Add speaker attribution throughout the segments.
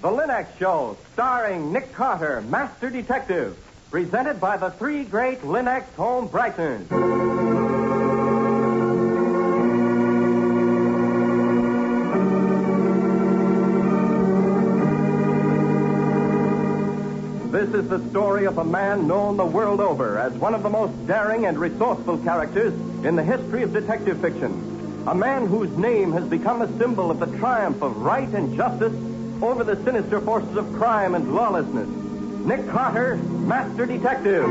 Speaker 1: The Linux Show, starring Nick Carter, Master Detective, presented by the three great Linux home brightness. This is the story of a man known the world over as one of the most daring and resourceful characters in the history of detective fiction. A man whose name has become a symbol of the triumph of right and justice over the sinister forces of crime and lawlessness. Nick Carter, Master Detective.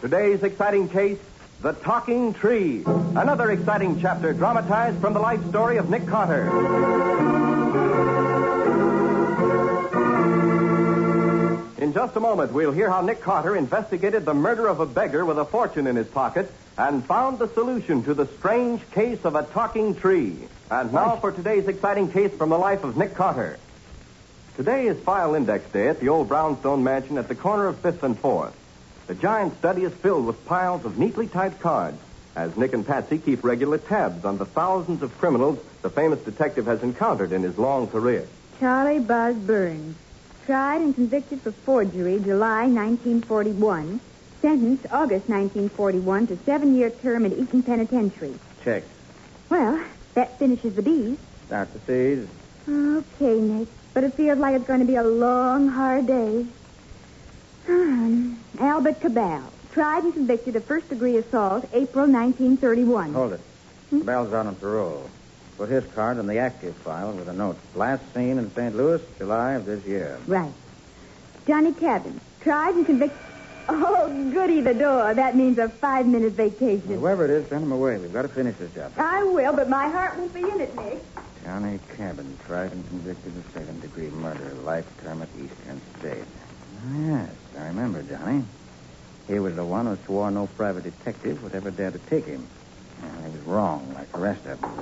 Speaker 1: Today's exciting case The Talking Tree. Another exciting chapter dramatized from the life story of Nick Carter. In just a moment, we'll hear how Nick Carter investigated the murder of a beggar with a fortune in his pocket and found the solution to the strange case of a talking tree. And now for today's exciting case from the life of Nick Carter. Today is File Index Day at the old brownstone mansion at the corner of 5th and 4th. The giant study is filled with piles of neatly typed cards as Nick and Patsy keep regular tabs on the thousands of criminals the famous detective has encountered in his long career.
Speaker 2: Charlie Buzz Burns, tried and convicted for forgery July 1941, sentenced August 1941 to seven-year term at Eaton Penitentiary.
Speaker 1: Check.
Speaker 2: Well, that finishes the B's.
Speaker 1: Start the C's.
Speaker 2: Okay, Nick, but it feels like it's going to be a long, hard day. Hmm. Albert Cabal, tried and convicted of first-degree assault April 1931.
Speaker 1: Oh.
Speaker 3: Hold it. Bell's out on parole. Put his card in the active file with a note. Last seen in St. Louis, July of this year.
Speaker 2: Right. Johnny Cabin, tried and convicted... Oh, goody the door. That means a five-minute vacation.
Speaker 3: Whoever it is, send him away. We've got to finish this job.
Speaker 2: I will, but my heart won't be in it, Nick.
Speaker 3: Johnny Cabin, tried and convicted of second degree murder, life term at Eastern State. Oh, Yes, I remember Johnny. He was the one who swore no private detective would ever dare to take him. And he was wrong, like the rest of them.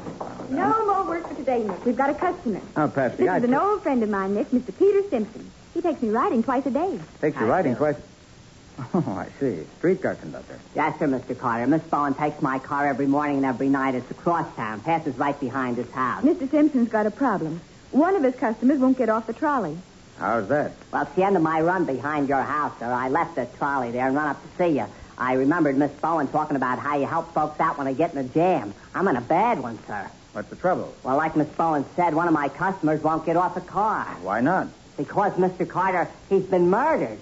Speaker 2: No more work for today, Nick. We've got a customer.
Speaker 3: Now, Patsy,
Speaker 2: This
Speaker 3: I
Speaker 2: is an old friend of mine, Nick, Mr. Peter Simpson. He takes me riding twice a day.
Speaker 3: takes your
Speaker 4: I
Speaker 3: writing
Speaker 4: do.
Speaker 3: twice. Oh, I see. Streetcar conductor.
Speaker 4: Yes, sir, Mr. Carter. Miss Bowen takes my car every morning and every night. It's across town. Passes right behind his house.
Speaker 2: Mr. Simpson's got a problem. One of his customers won't get off the trolley.
Speaker 3: How's that?
Speaker 4: Well, it's the end of my run behind your house, sir. I left the trolley there and run up to see you. I remembered Miss Bowen talking about how you help folks out when they get in a jam. I'm in a bad one, sir.
Speaker 3: What's the trouble?
Speaker 4: Well, like Miss Bowen said, one of my customers won't get off the car.
Speaker 3: Why not?
Speaker 4: Because, Mr. Carter, he's been murdered.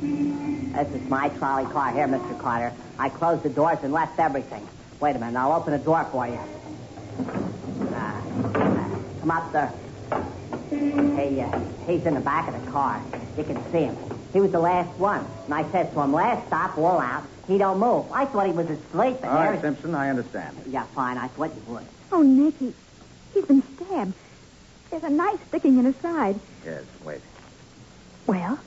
Speaker 4: This is my trolley car here, Mr. Carter. I closed the doors and left everything. Wait a minute, I'll open the door for you. Ah, ah, come up, sir. He, uh, he's in the back of the car. You can see him. He was the last one. And I said to him, last stop, all out. He don't move. I thought he was asleep. And
Speaker 3: All right,
Speaker 4: there-
Speaker 3: Simpson, I understand.
Speaker 4: Yeah, fine. I thought you would.
Speaker 2: Oh, Nick, he, he's been stabbed. There's a knife sticking in his side.
Speaker 3: Yes, wait.
Speaker 2: Well,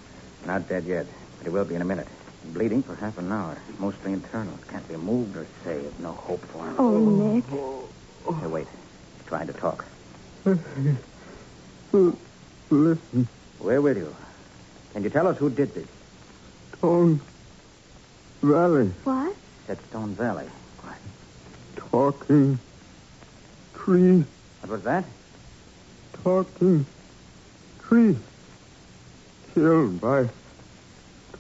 Speaker 3: Not dead yet, but he will be in a minute. Bleeding for half an hour, mostly internal. Can't be moved or saved. No hope for him.
Speaker 2: oh, Nick.
Speaker 3: Hey, wait. He's trying to talk.
Speaker 5: Listen,
Speaker 3: Where will you? Can you tell us who did this?
Speaker 5: Tone Valley
Speaker 2: What?
Speaker 3: At Stone Valley. What?
Speaker 5: talking tree,
Speaker 3: What was that?
Speaker 5: talking tree. Killed by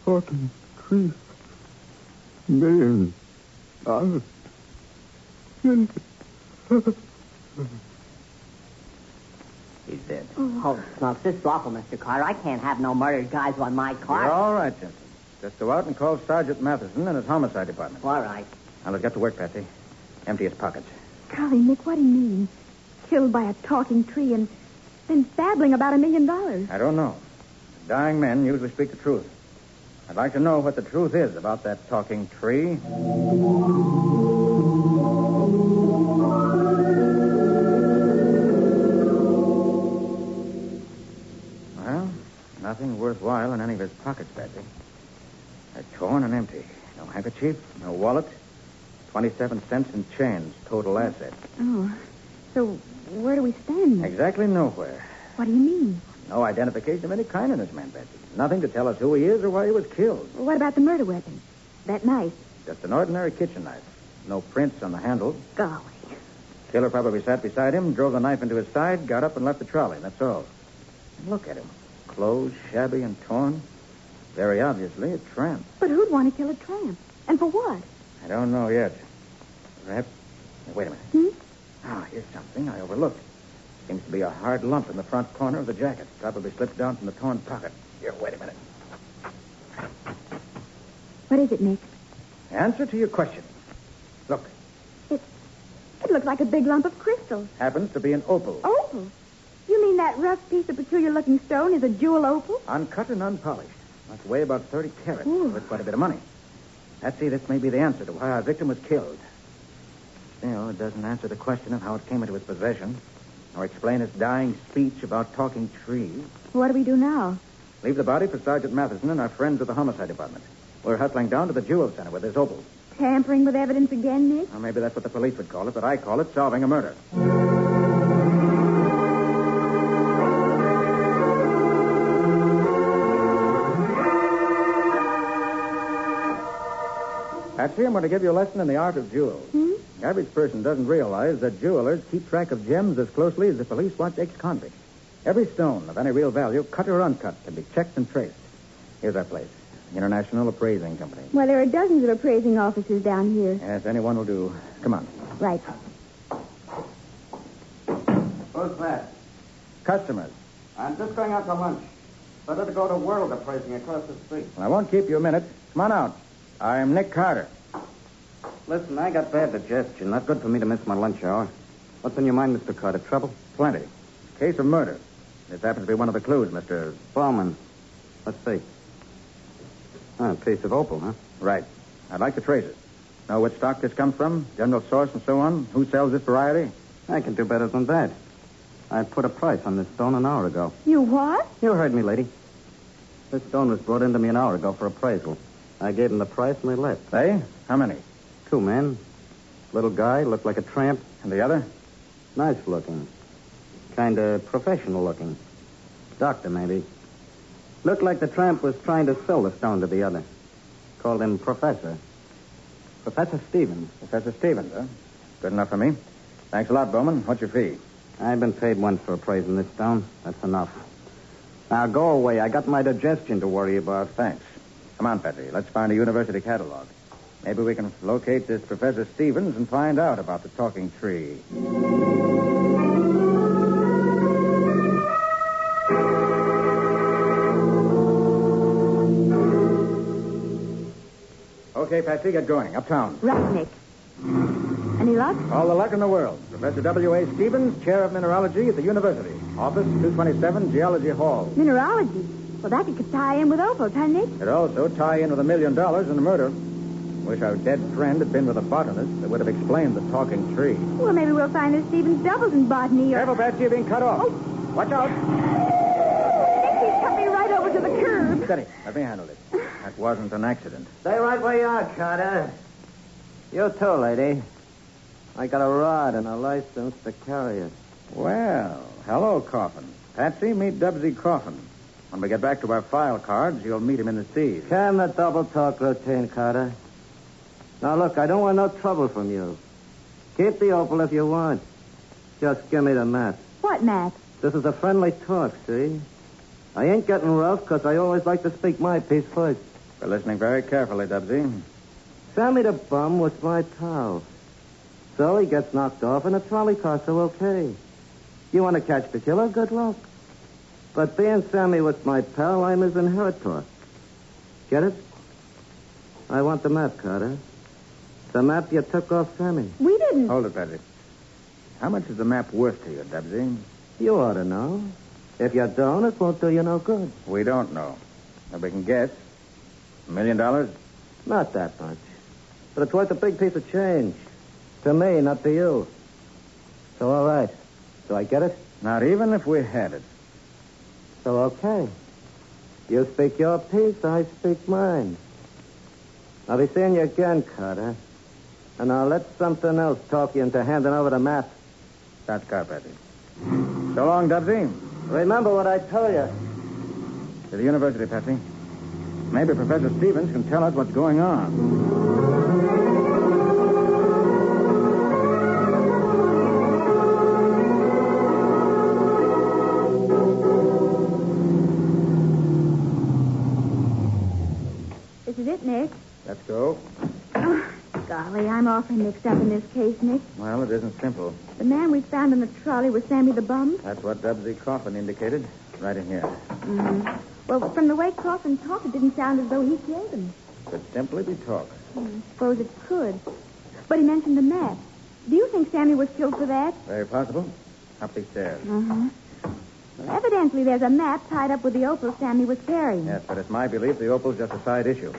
Speaker 5: talking tree. Millions of it.
Speaker 3: He's dead.
Speaker 4: Holy smokes, Oh, this is awful, Mr. Carter. I can't have no murdered guys on my car.
Speaker 3: You're all right, Simpson. Just go out and call Sergeant Matheson in his homicide department.
Speaker 4: All right.
Speaker 3: Now, let's get to work, Patsy. Empty his pockets.
Speaker 2: Golly, Nick, what do you mean? killed by a talking tree and then babbling about a million dollars.
Speaker 3: I don't know. Dying men usually speak the truth. I'd like to know what the truth is about that talking tree. Well, nothing worthwhile in any of his pockets, Patsy. They're torn and empty. No handkerchief, no wallet. 27 cents in change, total asset.
Speaker 2: Oh. So where do we stand? then?
Speaker 3: Exactly nowhere.
Speaker 2: What do you mean?
Speaker 3: No identification of any kind in this man, Patsy. Nothing to tell us who he is or why he was killed.
Speaker 2: What about the murder weapon? That knife?
Speaker 3: Just an ordinary kitchen knife. No prints on the handle.
Speaker 2: Golly.
Speaker 3: Killer probably sat beside him, drove the knife into his side, got up and left the trolley. That's all. And look at him. Clothes shabby and torn. Very obviously a tramp.
Speaker 2: But who'd want to kill a tramp? And for what?
Speaker 3: I don't know yet. Perhaps. Wait a minute.
Speaker 2: Hmm?
Speaker 3: Ah, here's something I overlooked. Seems to be a hard lump in the front corner of the jacket. Probably slipped down from the torn pocket. Here, wait a minute.
Speaker 2: What is it, Nick?
Speaker 3: Answer to your question. Look,
Speaker 2: It, it looks like a big lump of crystal.
Speaker 3: happens to be an opal.
Speaker 2: Opal? You mean that rough piece of peculiar looking stone is a jewel opal?
Speaker 3: Uncut and unpolished. Must weigh about 30 carats.
Speaker 2: Ooh.
Speaker 3: Worth quite a bit of money. Patsy, this may be the answer to why our victim was killed. Still, it doesn't answer the question of how it came into his possession, or explain his dying speech about talking trees.
Speaker 2: What do we do now?
Speaker 3: Leave the body for Sergeant Matheson and our friends at the homicide department. We're hustling down to the Jewel Center with this opal.
Speaker 2: Tampering with evidence again, Nick?
Speaker 3: Now, maybe that's what the police would call it, but I call it solving a murder. Patsy, I'm going to give you a lesson in the art of jewels.
Speaker 2: Hmm?
Speaker 3: The average person doesn't realize that jewelers keep track of gems as closely as the police watch ex-convicts. Every stone of any real value, cut or uncut, can be checked and traced. Here's our place, International Appraising Company.
Speaker 2: Well, there are dozens of appraising offices down here.
Speaker 3: Yes, anyone will do. Come on.
Speaker 2: Right.
Speaker 3: Who's that? Customers.
Speaker 1: I'm just going out to lunch. Better to go to World Appraising across the street.
Speaker 3: Well, I won't keep you a minute. Come on out. I'm Nick Carter.
Speaker 1: Listen, I got bad digestion. Not good for me to miss my lunch hour. What's on your mind, Mr. Carter? Trouble?
Speaker 3: Plenty. Case of murder. This happens to be one of the clues, Mr.
Speaker 1: Bowman. Let's see. Ah, a piece of opal, huh?
Speaker 3: Right. I'd like to trace it. Know what stock this comes from? General source and so on? Who sells this variety?
Speaker 1: I can do better than that. I put a price on this stone an hour ago.
Speaker 2: You what?
Speaker 1: You heard me, lady. This stone was brought in to me an hour ago for appraisal. I gave them the price and they left.
Speaker 3: They? How many?
Speaker 1: Two men. Little guy, looked like a tramp.
Speaker 3: And the other?
Speaker 1: Nice looking. Kind of professional looking. Doctor, maybe. Looked like the tramp was trying to sell the stone to the other. Called him Professor. Professor Stevens.
Speaker 3: Professor Stevens, huh? Good enough for me. Thanks a lot, Bowman. What's your fee?
Speaker 1: I've been paid once for appraising this stone. That's enough. Now go away. I got my digestion to worry about.
Speaker 3: Thanks. Come on, Petrie. Let's find a university catalog. Maybe we can locate this Professor Stevens and find out about the talking tree. Okay, Patsy, get going. Uptown.
Speaker 2: Right, Nick. Any luck?
Speaker 3: All the luck in the world. Professor W.A. Stevens, Chair of Mineralogy at the University. Office 227, Geology Hall.
Speaker 2: Mineralogy. Well, that could tie in with opals, huh, Nick?
Speaker 3: It also tie in with a million dollars and the murder. Wish our dead friend had been with a botanist that would have explained the talking tree.
Speaker 2: Well, maybe we'll find this Stevens doubles in botany or...
Speaker 3: Careful, Patsy, you're being cut off. Watch out.
Speaker 2: Nick, he cut me right over to the curb.
Speaker 3: Steady. Let me handle it. That wasn't an accident.
Speaker 1: Stay right where you are, Carter. You too, lady. I got a rod and a license to carry it.
Speaker 3: Well, hello, Coffin. Patsy, meet Dubsy Coffin. When we get back to our file cards, you'll meet him in the seas.
Speaker 1: Can the double talk routine, Carter. Now look, I don't want no trouble from you. Keep the opal if you want. Just give me the map.
Speaker 2: What, Matt?
Speaker 1: This is a friendly talk, see? I ain't getting rough 'cause I always like to speak my piece first.
Speaker 3: We're listening very carefully, Dubsy.
Speaker 1: Sammy the bum was my pal. So he gets knocked off in a trolley car, so okay. You want to catch the killer? Good luck. But being Sammy was my pal, I'm his inheritor. Get it? I want the map, Carter. The map you took off Sammy.
Speaker 2: We didn't.
Speaker 3: Hold it, Patsy. How much is the map worth to you, Dubsy?
Speaker 6: You ought to know. If you don't, it won't do you no good.
Speaker 3: We don't know. But we can guess. A million dollars?
Speaker 6: Not that much. But it's worth a big piece of change. To me, not to you. So, all right. Do I get it?
Speaker 3: Not even if we had it.
Speaker 6: So, okay. You speak your piece, I speak mine. I'll be seeing you again, Carter. And I'll let something else talk you into handing over the map.
Speaker 3: That's carpeted. So long, Dubsy.
Speaker 6: Remember what I told you.
Speaker 3: To the university, Patsy. Maybe Professor Stevens can tell us what's going on.
Speaker 2: This is it, Nick.
Speaker 3: Let's go.
Speaker 2: Oh, golly, I'm awfully mixed up in this case, Nick.
Speaker 3: Well, it isn't simple.
Speaker 2: The man we found on the trolley was Sammy the Bum.
Speaker 3: That's what Dubsy Coffin indicated. Right in here.
Speaker 2: Well, from the way Coffin talked, it didn't sound as though he killed him.
Speaker 3: Could simply be talk.
Speaker 2: I suppose it could. But he mentioned the map. Do you think Sammy was killed for that?
Speaker 3: Very possible. Up these stairs.
Speaker 2: Uh-huh. Well, evidently, there's a map tied up with the opal Sammy was carrying.
Speaker 3: Yes, but it's my belief the opal's just a side issue.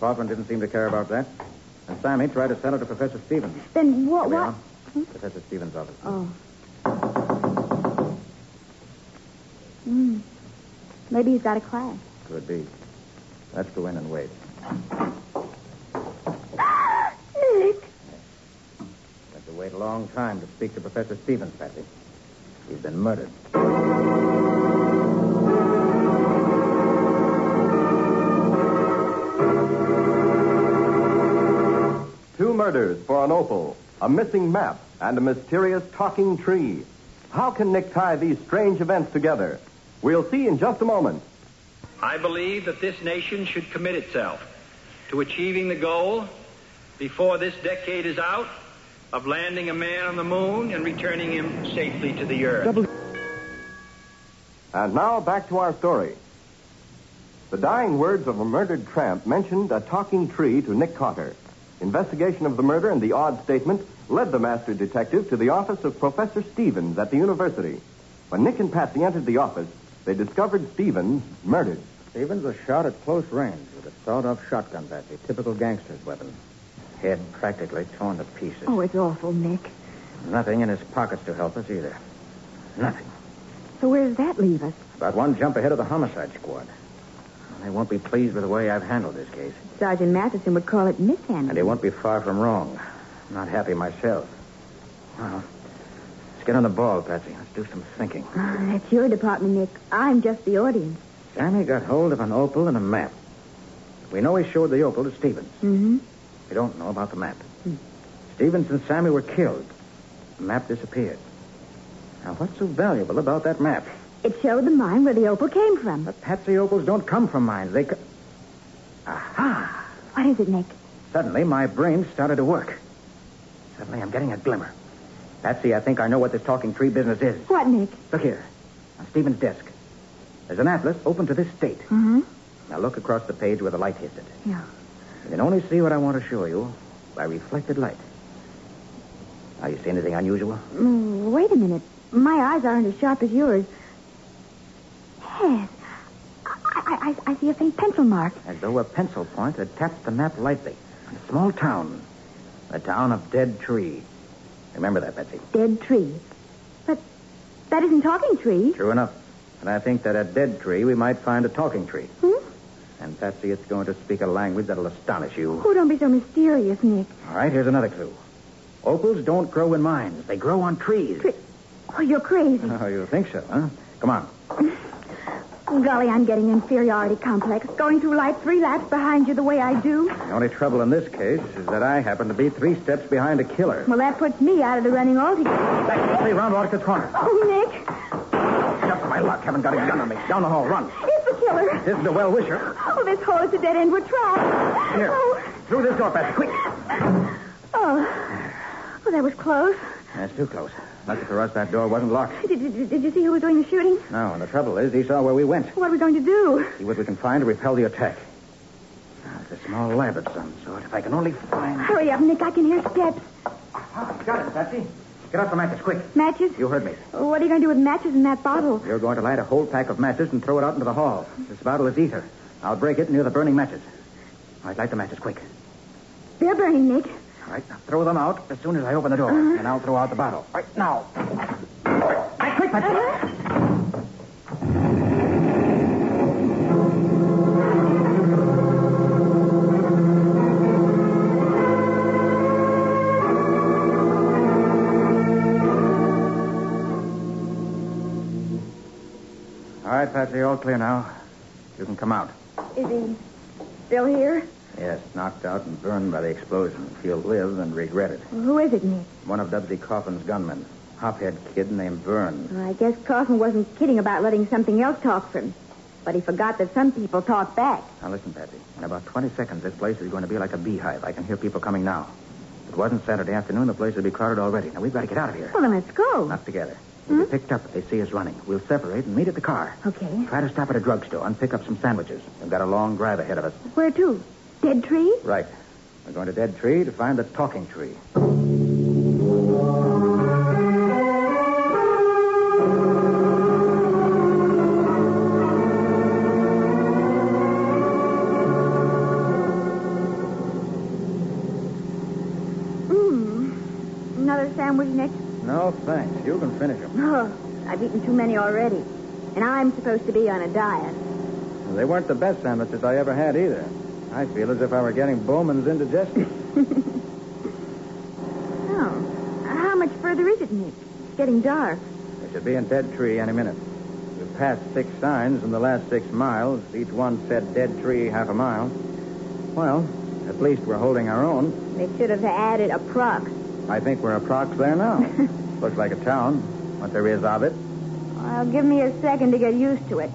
Speaker 3: Coffin didn't seem to care about that. And Sammy tried to sell it to Professor Stevens.
Speaker 2: Then what?
Speaker 3: Here we
Speaker 2: what?
Speaker 3: are. Professor Stevens' office.
Speaker 2: Oh. Hmm. Maybe he's got a class.
Speaker 3: Could be. Let's go in and wait.
Speaker 2: Nick.
Speaker 3: We'll have to wait a long time to speak to Professor Stevens, Patsy. He's been murdered.
Speaker 1: Two murders for an opal, a missing map, and a mysterious talking tree. How can Nick tie these strange events together? We'll see in just a moment.
Speaker 7: I believe that this nation should commit itself to achieving the goal before this decade is out of landing a man on the moon and returning him safely to the earth.
Speaker 1: And now back to our story. The dying words of a murdered tramp mentioned a talking tree to Nick Cotter. Investigation of the murder and the odd statement led the master detective to the office of Professor Stevens at the university. When Nick and Patsy entered the office, they discovered Stevens murdered.
Speaker 3: Stevens was shot at close range with a sawed-off shotgun, Patsy. Typical gangster's weapon. Head practically torn to pieces.
Speaker 2: Oh, it's awful, Nick.
Speaker 3: Nothing in his pockets to help us either. Nothing.
Speaker 2: So where does that leave us?
Speaker 3: About one jump ahead of the homicide squad. They won't be pleased with the way I've handled this case.
Speaker 2: Sergeant Matheson would call it
Speaker 3: And
Speaker 2: mishandling.
Speaker 3: he won't be far from wrong. I'm not happy myself. Well, let's get on the ball, Patsy. Let's do some thinking.
Speaker 2: Ah, that's your department, Nick. I'm just the audience.
Speaker 3: Sammy got hold of an opal and a map. We know he showed the opal to Stevens.
Speaker 2: Mm-hmm.
Speaker 3: We don't know about the map. Stevens and Sammy were killed. The map disappeared. Now, what's so valuable about that map?
Speaker 2: It showed the mine where the opal came from.
Speaker 3: But Patsy opals don't come from mines. They. Co- Aha!
Speaker 2: What is it, Nick?
Speaker 3: Suddenly, my brain started to work. Suddenly, I'm getting a glimmer. Patsy, I think I know what this talking tree business is.
Speaker 2: What, Nick?
Speaker 3: Look here. On Stephen's desk. There's an atlas open to this state.
Speaker 2: Mm-hmm.
Speaker 3: Now look across the page where the light hits it.
Speaker 2: Yeah.
Speaker 3: You can only see what I want to show you by reflected light. Now, you see anything unusual?
Speaker 2: Mm, wait a minute. My eyes aren't as sharp as yours. Yes. I, I, I, I see a faint pencil mark.
Speaker 3: As though a pencil point had tapped the map lightly. A small town. The town of Dead Tree. Remember that, Betsy.
Speaker 2: Dead tree. But that isn't talking tree.
Speaker 3: True enough. And I think that at Dead Tree, we might find a talking tree.
Speaker 2: Hmm?
Speaker 3: And, Patsy, it's going to speak a language that'll astonish you.
Speaker 2: Oh, don't be so mysterious, Nick.
Speaker 3: All right, here's another clue. Opals don't grow in mines. They grow on trees.
Speaker 2: Tre- Oh, you're crazy.
Speaker 3: Oh, you think so, huh? Come on.
Speaker 2: Oh, golly, I'm getting inferiority complex. Going through life three laps behind you the way I do.
Speaker 3: The only trouble in this case is that I happen to be three steps behind a killer.
Speaker 2: Well, that puts me out of the running altogether.
Speaker 3: Back, three round out to the corner.
Speaker 2: Oh, Nick,
Speaker 3: Just my luck. Haven't got a gun on me. Down the hall, run.
Speaker 2: it's the killer.
Speaker 3: This is a well-wisher.
Speaker 2: Oh, this hole is a dead end. We're trapped.
Speaker 3: Here.
Speaker 2: Oh,
Speaker 3: Through this door, Patsy, quick.
Speaker 2: oh. Oh, that was close.
Speaker 3: That's too close. Lucky for us, that door wasn't locked.
Speaker 2: Did, did, did you see who was doing the shooting?
Speaker 3: No, and the trouble is, he saw where we went.
Speaker 2: What are we going to do?
Speaker 3: See what we can find to repel the attack. Now, It's a small lab of some sort. If I can only find...
Speaker 2: Hurry up, Nick. I can hear steps.
Speaker 3: Ah, got it, Patsy. Get out the matches, quick.
Speaker 2: Matches?
Speaker 3: You heard me.
Speaker 2: What are you going to do with matches in that bottle?
Speaker 3: You're going to light a whole pack of matches and throw it out into the hall. This bottle is ether. I'll break it near the burning matches. All right, light the matches, quick.
Speaker 2: They're burning, Nick.
Speaker 3: All right, now throw them out as soon as I open the door, and I'll throw out the bottle. Right now. All right, quick, Patsy. All right, Patsy, all clear now. You can come out.
Speaker 2: Is he still here?
Speaker 3: Yes, knocked out and burned by the explosion. He'll live and regret it.
Speaker 2: Who is it, Nick?
Speaker 3: One of Dubsy Coffin's gunmen, hophead kid named Vern.
Speaker 2: Well, I guess Coffin wasn't kidding about letting something else talk for him. But he forgot that some people talk back.
Speaker 3: Now listen, Patsy. In about 20 seconds, this place is going to be like a beehive. I can hear people coming now. If it wasn't Saturday afternoon, the place would be crowded already. Now we've got to get out of here.
Speaker 2: Well, then let's go.
Speaker 3: Not together. We'll be picked up if they see us running. We'll separate and meet at the car.
Speaker 2: Okay.
Speaker 3: Try to stop at a drugstore and pick up some sandwiches. We've got a long drive ahead of us.
Speaker 2: Where to? Dead tree?
Speaker 3: Right. We're going to Dead Tree to find the talking tree.
Speaker 2: Mm. Another sandwich, Nick?
Speaker 3: No, thanks. You can finish them.
Speaker 2: Oh, I've eaten too many already. And I'm supposed to be on a diet.
Speaker 3: They weren't the best sandwiches I ever had either. I feel as if I were getting Bowman's indigestion.
Speaker 2: Oh. How much further is it, Nick? It's getting dark.
Speaker 3: we should be in Dead Tree any minute. We've passed six signs in the last six miles. Each one said Dead Tree half a mile. Well, at least we're holding our own.
Speaker 2: They should have added a prox.
Speaker 3: I think we're approx there now. Looks like a town, what there is of it.
Speaker 2: Well, give me a second to get used to it.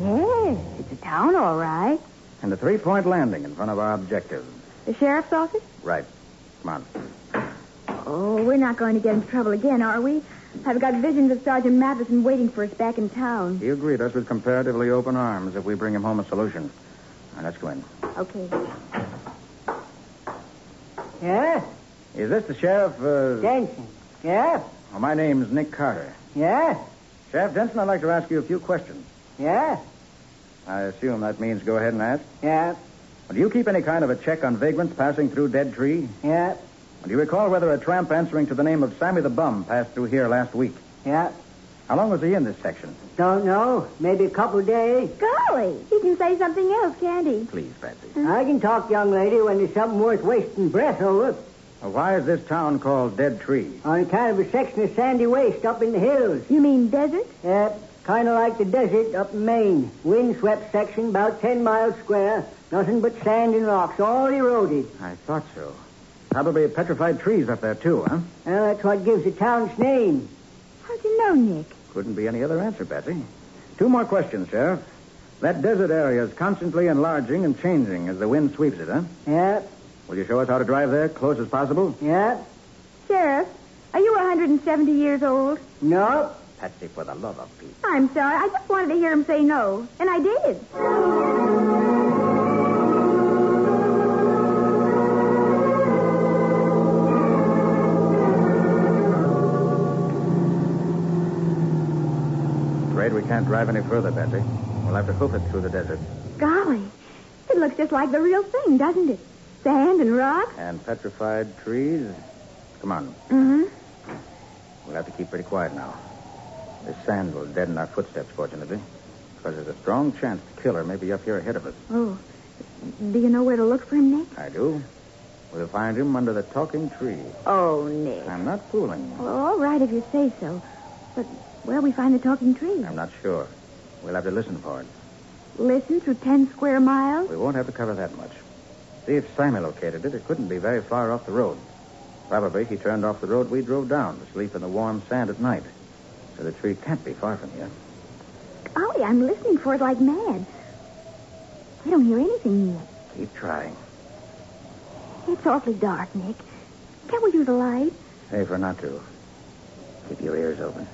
Speaker 2: Yes, it's a town, all right.
Speaker 3: And a three-point landing in front of our objective.
Speaker 2: The sheriff's office?
Speaker 3: Right. Come on.
Speaker 2: Oh, we're not going to get into trouble again, are we? I've got visions of Sergeant Matheson waiting for us back in town.
Speaker 3: He'll greet us with comparatively open arms if we bring him home a solution. Now, let's go in.
Speaker 2: Okay.
Speaker 4: Yes,
Speaker 3: Is this the sheriff? Uh...
Speaker 4: Jensen. Yes,
Speaker 3: Well, my name's Nick Carter.
Speaker 4: yes,
Speaker 3: Sheriff Denson, I'd like to ask you a few questions.
Speaker 4: yes,
Speaker 3: I assume that means go ahead and ask.
Speaker 4: yes,
Speaker 3: Well, do you keep any kind of a check on vagrants passing through Dead Tree?
Speaker 4: yes,
Speaker 3: Well, Do you recall whether a tramp answering to the name of Sammy the Bum passed through here last week?
Speaker 4: yes.
Speaker 3: How long was he in this section?
Speaker 4: Don't know. Maybe a couple of days.
Speaker 2: Golly, he can say something else, can't he?
Speaker 3: Please, Patsy.
Speaker 4: I can talk, young lady, when there's something worth wasting breath over.
Speaker 3: Well, why is this town called Dead Tree?
Speaker 4: On account of a section of sandy waste up in the hills.
Speaker 2: You mean desert?
Speaker 4: Yeah, kind of like the desert up in Maine. Windswept section, about 10 miles square. Nothing but sand and rocks, all eroded.
Speaker 3: I thought so. Probably petrified trees up there, too, huh?
Speaker 4: Well, that's what gives the town its name.
Speaker 2: How'd you know, Nick?
Speaker 3: Couldn't be any other answer, Patsy. Two more questions, Sheriff. That desert area is constantly enlarging and changing as the wind sweeps it, huh?
Speaker 4: Yeah,
Speaker 3: Will you show us how to drive there, close as possible?
Speaker 4: yeah.
Speaker 2: Sheriff, are you 170 years old?
Speaker 4: No,
Speaker 3: Patsy, for the love of Pete.
Speaker 2: I'm sorry. I just wanted to hear him say no, and I did.
Speaker 3: Afraid we can't drive any further, Patsy. We'll have to hoof it through the desert.
Speaker 2: Golly, it looks just like the real thing, doesn't it? Sand and rocks.
Speaker 3: And petrified trees. Come on.
Speaker 2: Mm-hmm.
Speaker 3: We'll have to keep pretty quiet now. This sand will deaden our footsteps, fortunately. Because there's a strong chance the killer may be up here ahead of us.
Speaker 2: Oh, do you know where to look for him, Nick?
Speaker 3: I do. We'll find him under the talking tree.
Speaker 2: Oh, Nick.
Speaker 3: I'm not fooling.
Speaker 2: Well, all right if you say so. But where we find the talking tree?
Speaker 3: I'm not sure. We'll have to listen for it.
Speaker 2: Listen through ten square miles.
Speaker 3: We won't have to cover that much. See if Simon located it. It couldn't be very far off the road. Probably he turned off the road we drove down to sleep in the warm sand at night. So the tree can't be far from here.
Speaker 2: Golly, I'm listening for it like mad. I don't hear anything yet.
Speaker 3: Keep trying.
Speaker 2: It's awfully dark, Nick. Can't we use a light?
Speaker 3: Safer not to. Keep your ears open.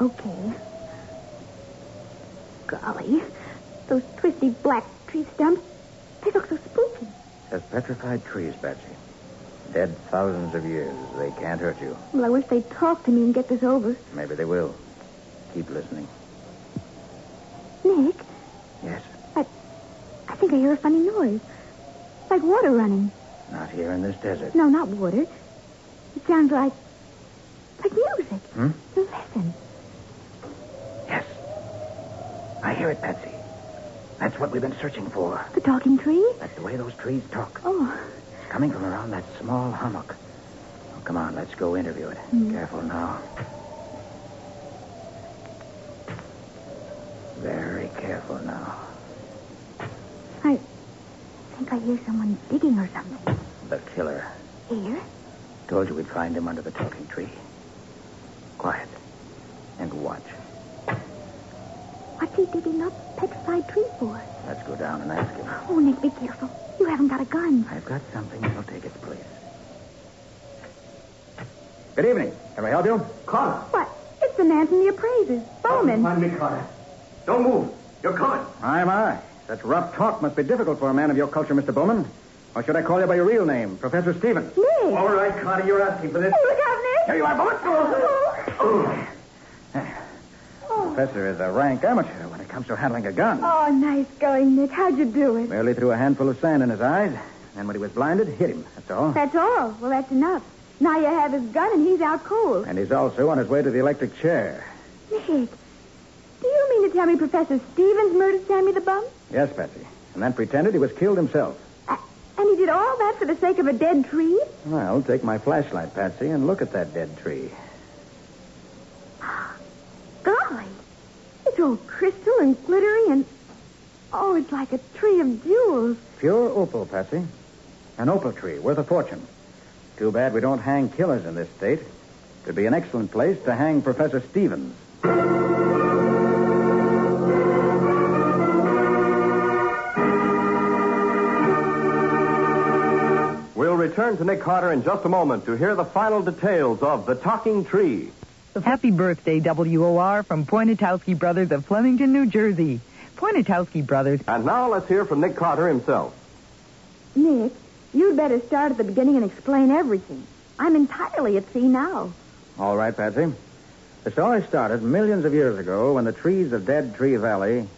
Speaker 2: Okay. Golly, those twisty black tree stumps, they look so spooky.
Speaker 3: Says petrified trees, Betsy. dead thousands of years. They can't hurt you.
Speaker 2: Well, I wish they'd talk to me and get this over.
Speaker 3: Maybe they will. Keep listening.
Speaker 2: Nick,
Speaker 3: Yes,
Speaker 2: I, I think I hear a funny noise. Like water running.
Speaker 3: not here in this desert.
Speaker 2: No, not water. It sounds like, like music.
Speaker 3: Hmm?
Speaker 2: Listen.
Speaker 3: Yes. I hear it, Patsy. That's what we've been searching for.
Speaker 2: The talking tree?
Speaker 3: That's the way those trees talk.
Speaker 2: Oh,
Speaker 3: It's coming from around that small hummock. Oh, come on, let's go interview it. Careful now. Very careful now.
Speaker 2: I think I hear someone digging or something.
Speaker 3: The killer.
Speaker 2: Here?
Speaker 3: Told you we'd find him under the talking tree. Quiet. And watch.
Speaker 2: What's he digging up petrified tree for?
Speaker 3: Let's go down and ask him.
Speaker 2: Oh, Nick, be careful. You haven't got a gun.
Speaker 3: I've got something that'll take its place. Good evening. Can I help you?
Speaker 1: Carter.
Speaker 2: What? It's the man from the appraisers,
Speaker 3: Oh,
Speaker 2: Bowman.
Speaker 1: Find me, Carter. Don't move. You're coming.
Speaker 3: Aye, my. Such rough talk must be difficult for a man of your culture, Mr. Bowman. Or should I call you by your real name, Professor Stevens?
Speaker 2: Nick!
Speaker 1: All right, Carter, you're asking for this.
Speaker 2: Oh, look out, Nick!
Speaker 3: Here you are, Bowman.
Speaker 1: Oh.
Speaker 3: Professor is a rank amateur when it comes to handling a gun.
Speaker 2: Oh, nice going, Nick. How'd you do it?
Speaker 3: Merely threw a handful of sand in his eyes, and when he was blinded, hit him. That's all.
Speaker 2: That's all. Well, that's enough. Now you have his gun and he's out cold.
Speaker 3: And he's also on his way to the electric chair.
Speaker 2: Nick, do you mean to tell me Professor Stevens murdered Sammy the Bum?
Speaker 3: Yes, Patsy. And then pretended he was killed himself.
Speaker 2: Uh, and he did all that for the sake of a dead tree?
Speaker 3: Well, take my flashlight, Patsy, and look at that dead tree.
Speaker 2: Golly. It's all crystal and glittery and. Oh, it's like a tree of jewels.
Speaker 3: Pure opal, Patsy. An opal tree worth a fortune. Too bad we don't hang killers in this state. It'd be an excellent place to hang Professor Stevens.
Speaker 1: We'll return to Nick Carter in just a moment to hear the final details of The Talking Tree.
Speaker 8: Happy birthday, WOR, from Poinatowski Brothers of Flemington, New Jersey. Poinatowski Brothers.
Speaker 1: And now let's hear from Nick Carter himself.
Speaker 2: Nick, you'd better start at the beginning and explain everything. I'm entirely at sea now.
Speaker 3: All right, Patsy. The story started millions of years ago when the trees of Dead Tree Valley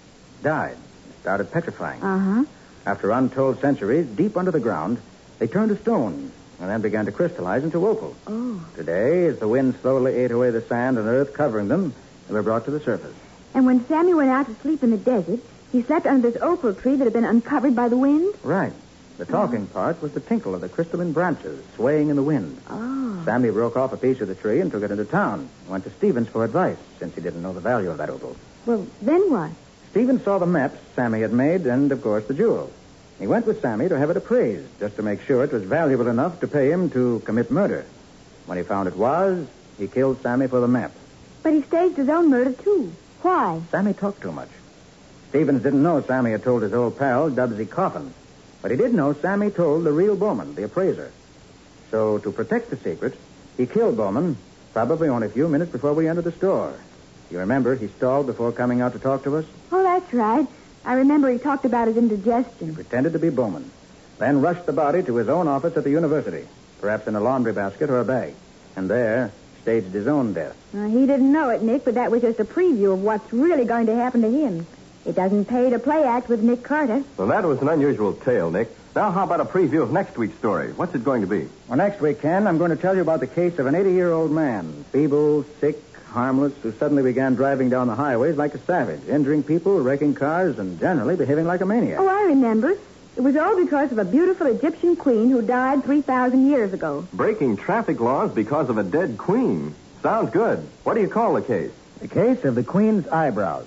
Speaker 3: died. Started petrifying.
Speaker 2: Uh huh.
Speaker 3: After untold centuries, deep under the ground, they turned to stone and then began to crystallize into opal.
Speaker 2: Oh.
Speaker 3: Today, as the wind slowly ate away the sand and earth covering them, they were brought to the surface.
Speaker 2: And when Sammy went out to sleep in the desert, he slept under this opal tree that had been uncovered by the wind?
Speaker 3: Right. The talking part was the tinkle of the crystalline branches swaying in the wind.
Speaker 2: Oh.
Speaker 3: Sammy broke off a piece of the tree and took it into town. Went to Stevens for advice, since he didn't know the value of that opal.
Speaker 2: Well, then what?
Speaker 3: Stevens saw the maps Sammy had made and, of course, the jewel. He went with Sammy to have it appraised, just to make sure it was valuable enough to pay him to commit murder. When he found it was, he killed Sammy for the map.
Speaker 2: But he staged his own murder, too. Why?
Speaker 3: Sammy talked too much. Stevens didn't know Sammy had told his old pal, Dubsy Coffin, but he did know Sammy told the real Bowman, the appraiser. So, to protect the secret, he killed Bowman probably only a few minutes before we entered the store. You remember he stalled before coming out to talk to us?
Speaker 2: Oh, that's right. I remember he talked about his
Speaker 3: He
Speaker 2: indigestion.
Speaker 3: pretended to be Bowman, then rushed the body to his own office at the university, perhaps in a laundry basket or a bag, and there staged his own death.
Speaker 2: Uh, he didn't know it, Nick, but that was just a preview of what's really going to happen to him. It doesn't pay to play act with Nick Carter.
Speaker 1: Well, that was an unusual tale, Nick. Now, how about a preview of next week's story? What's it going to be?
Speaker 3: Well, next week, Ken, I'm going to tell you about the case of an 80 year old man, feeble, sick, harmless, who suddenly began driving down the highways like a savage, injuring people, wrecking cars, and generally behaving like a maniac.
Speaker 2: Oh, I remember. It was all because of a beautiful Egyptian queen who died 3,000 years ago.
Speaker 1: Breaking traffic laws because of a dead queen. Sounds good. What do you call the case?
Speaker 3: The case of the Queen's eyebrows.